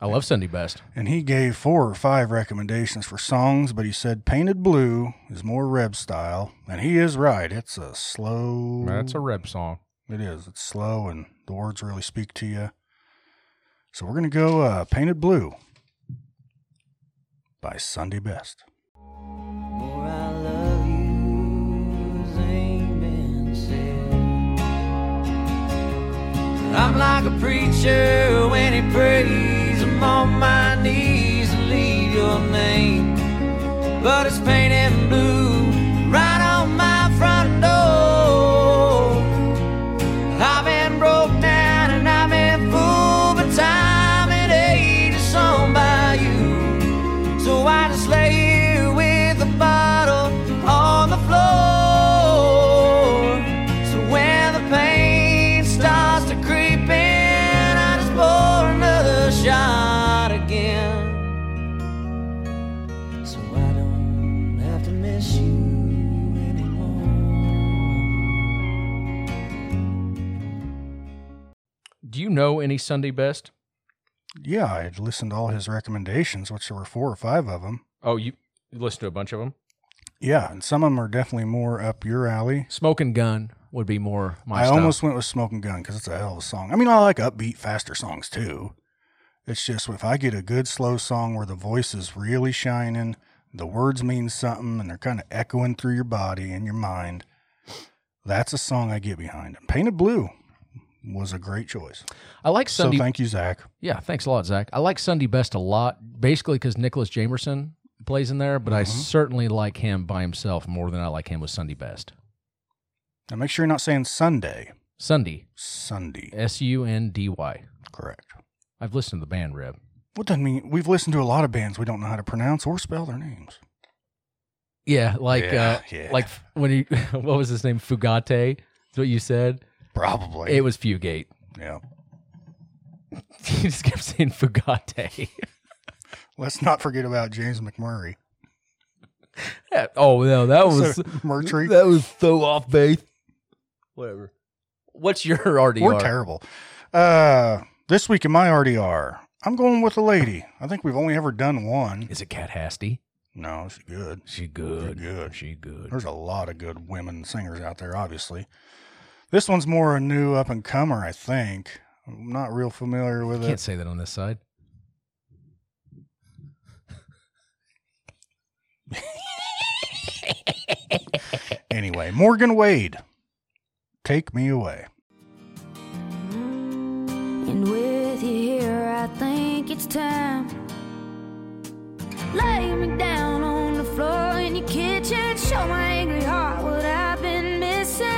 Speaker 2: I love Sunday Best.
Speaker 3: and he gave four or five recommendations for songs, but he said Painted Blue is more Reb style, and he is right. It's a slow.
Speaker 2: That's a rep song.
Speaker 3: It is. It's slow, and the words really speak to you. So we're gonna go uh, Painted Blue by Sunday Best.
Speaker 1: More I love you's ain't been said. I'm like a preacher when he prays. I'm on my knees to leave your name. But it's painted blue right on my front door. I've been broke down and I've been fooled, but time and age
Speaker 2: know any Sunday best?
Speaker 3: Yeah, I had listened to all his recommendations, which there were four or five of them.
Speaker 2: Oh, you you listen to a bunch of them.
Speaker 3: Yeah, and some of them are definitely more up your alley.
Speaker 2: Smoking Gun would be more my
Speaker 3: I
Speaker 2: style.
Speaker 3: almost went with Smoking Gun because it's a hell of a song. I mean, I like upbeat, faster songs too. It's just if I get a good slow song where the voice is really shining, the words mean something, and they're kind of echoing through your body and your mind, that's a song I get behind. And Painted Blue was a great choice.
Speaker 2: I like Sunday.
Speaker 3: So thank you, Zach.
Speaker 2: yeah, thanks a lot, Zach. I like Sunday best a lot, basically because Nicholas Jamerson plays in there, but I
Speaker 3: Mm-hmm.
Speaker 2: certainly like him by himself more than I like him with Sunday best.
Speaker 3: Now make sure you're not saying Sunday.
Speaker 2: Sunday,
Speaker 3: Sunday.
Speaker 2: S U N D Y.
Speaker 3: Correct.
Speaker 2: I've listened to the band Reb.
Speaker 3: What doesn't mean we've listened to a lot of bands we don't know how to pronounce or spell their names.
Speaker 2: Yeah, like
Speaker 3: Yeah,
Speaker 2: uh,
Speaker 3: yeah.
Speaker 2: like when he what was his name? Fugate. That's what you said.
Speaker 3: Probably.
Speaker 2: It was Fugate.
Speaker 3: yeah.
Speaker 2: You just kept saying Fugate.
Speaker 3: Let's not forget about James McMurray.
Speaker 2: Yeah, oh no, that was
Speaker 3: Mercury.
Speaker 2: That was so off base. Whatever. What's your RDR?
Speaker 3: We're terrible. Uh, this week in my RDR, I'm going with a lady. I think we've only ever done one.
Speaker 2: Is it Cat Hasty?
Speaker 3: No, she's good.
Speaker 2: She good.
Speaker 3: You're good.
Speaker 2: She good.
Speaker 3: There's a lot of good women singers out there, obviously. This one's more a new up and comer, I think. I'm not real familiar with
Speaker 2: Can't
Speaker 3: it.
Speaker 2: say that on this side.
Speaker 3: Anyway, Morgan Wade, Take Me Away.
Speaker 7: And with you here, I think it's time. Lay me down on the floor in your kitchen. Show my angry heart what I've been missing.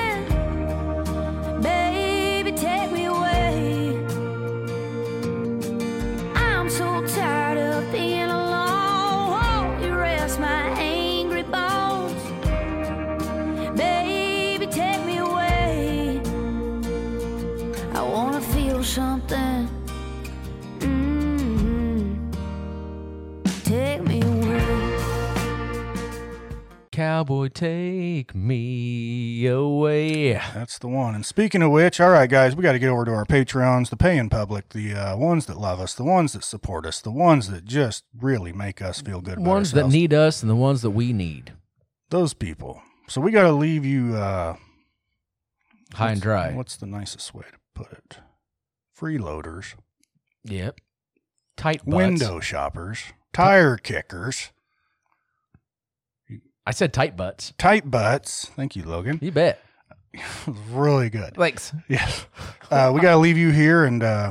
Speaker 7: Baby, take me away. I'm so tired of being alone. Won't you rest my angry bones? Baby, take me away. I wanna feel something. mm Take me away.
Speaker 2: Cowboy, take me away.
Speaker 3: That's the one. And speaking of which, all right, guys, we got to get over to our Patreons, the paying public, the uh, ones that love us, the ones that support us, the ones that just really make us feel good. About
Speaker 2: Ones that
Speaker 3: ourselves.
Speaker 2: need us and the ones that we need.
Speaker 3: those people. So we got to leave you uh,
Speaker 2: High and
Speaker 3: what's-
Speaker 2: dry.
Speaker 3: What's the nicest way to put it? Freeloaders,
Speaker 2: Yep. Tight butts.
Speaker 3: window shoppers, tire kickers,
Speaker 2: I said tight butts.
Speaker 3: tight butts. Thank you, Logan.
Speaker 2: You bet.
Speaker 3: really good.
Speaker 2: Thanks.
Speaker 3: Yes. Uh, we got to leave you here and uh,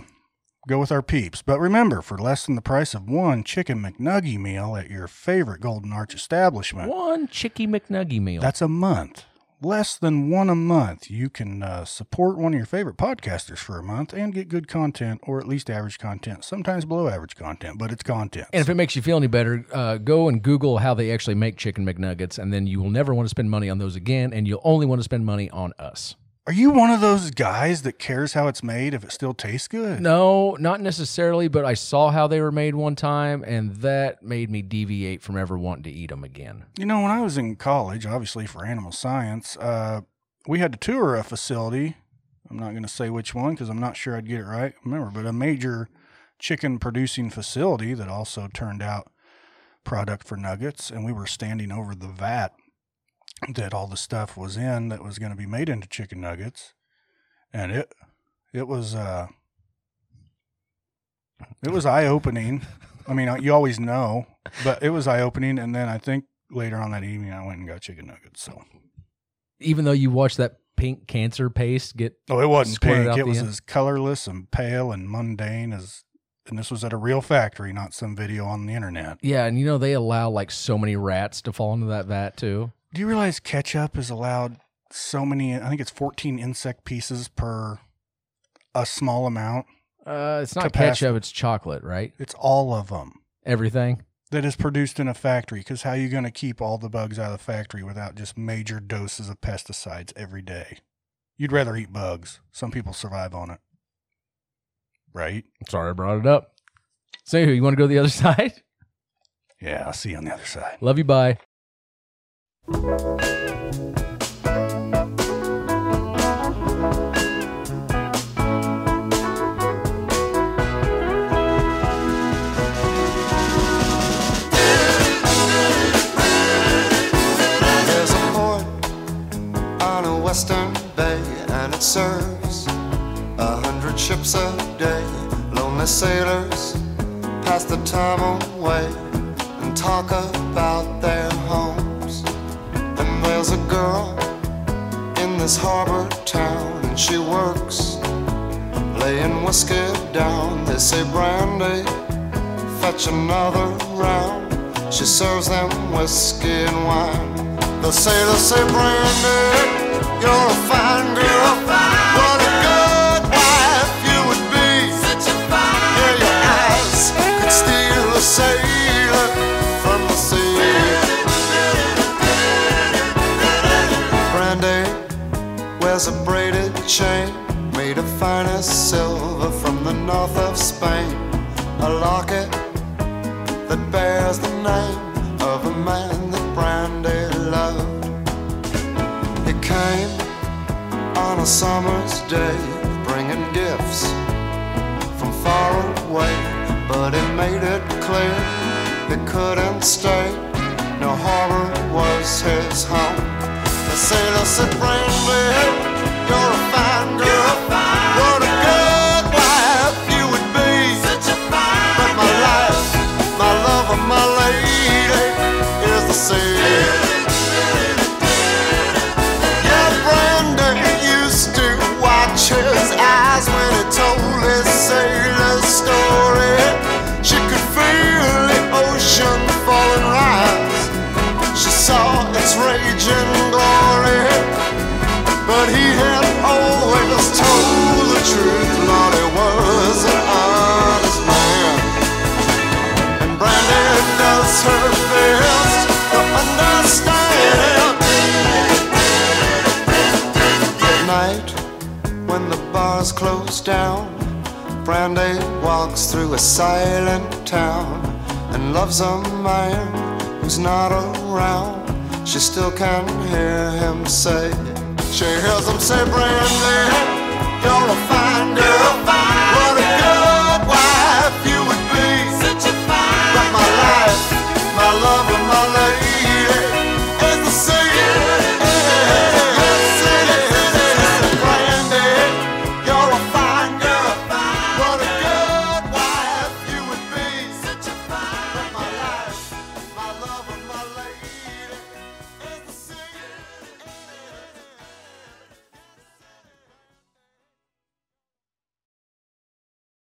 Speaker 3: go with our peeps. But remember, for less than the price of one chicken McNuggy meal at your favorite Golden Arch establishment,
Speaker 2: One Chicky McNuggy meal.
Speaker 3: that's a month. Less than one a month, you can uh, support one of your favorite podcasters for a month and get good content, or at least average content, sometimes below average content, but it's content.
Speaker 2: And if it makes you feel any better, uh, go and Google how they actually make chicken McNuggets, and then you will never want to spend money on those again, and you'll only want to spend money on us.
Speaker 3: Are you one of those guys that cares how it's made if it still tastes good?
Speaker 2: No, not necessarily, but I saw how they were made one time, and that made me deviate from ever wanting to eat them again.
Speaker 3: You know, when I was in college, obviously for animal science, uh, we had to tour a facility. I'm not going to say which one because I'm not sure I'd get it right. Remember, but a major chicken producing facility that also turned out product for nuggets. And we were standing over the vat that all the stuff was in that was going to be made into chicken nuggets. And it, it was, uh, it was eye opening. I mean, you always know, but it was eye opening. And then I think later on that evening, I went and got chicken nuggets. So,
Speaker 2: Even though you watch that pink cancer paste get
Speaker 3: oh, it wasn't
Speaker 2: Squirted
Speaker 3: pink.
Speaker 2: out
Speaker 3: It
Speaker 2: the
Speaker 3: was
Speaker 2: end.
Speaker 3: as colorless and pale and mundane as. And this was at a real factory, not some video on the internet.
Speaker 2: yeah, and you know they allow like so many rats to fall into that vat too.
Speaker 3: Do you realize ketchup is allowed so many? I think it's 14 insect pieces per a small amount.
Speaker 2: Uh, it's
Speaker 3: To
Speaker 2: not
Speaker 3: pass-
Speaker 2: ketchup, it's chocolate, right?
Speaker 3: It's all of them
Speaker 2: Everything.
Speaker 3: that is produced in a factory. Because how you going to keep all the bugs out of the factory without just major doses of pesticides every day? You'd rather eat bugs. Some people survive on it, right?
Speaker 2: Sorry, I brought it up. So, anyway, you want to go to the other side?
Speaker 3: Yeah, I'll see you on the other side.
Speaker 2: Love you. Bye.
Speaker 7: Take
Speaker 1: neighbors pass the time away and talk about their homes. And there's a girl in this harbor town, and she works laying whiskey down. They say, Brandy, fetch another round. She serves them whiskey and wine. They say, they say, Brandy, you're a fine girl. What a good wife you would be. Yeah, your eyes could steal a sailor from the sea. Brandy wears a braided chain made of finest silver from the north of Spain. A locket that bears the name of a man that Brandy loved. He came on a summer's day, bringing gifts from far away, but he made it clear he couldn't stay. No harbor was his home. The sailor said, Brandy, you're a fine girl. What a good wife you would be. But my life, my love, and my lady is the sea. Yeah, Brandon used to watch his eyes when he told his sailor story. She could feel the ocean falling rise. She saw its raging glory. But he had always told the truth, Lord, he was an honest man. And Brandy does her best to understand. At night, when the bars close down, Brandy walks through a silent town and loves a man who's not around. She still can hear him say, she hears him say, Brandy, you're a fine girl. What a girl.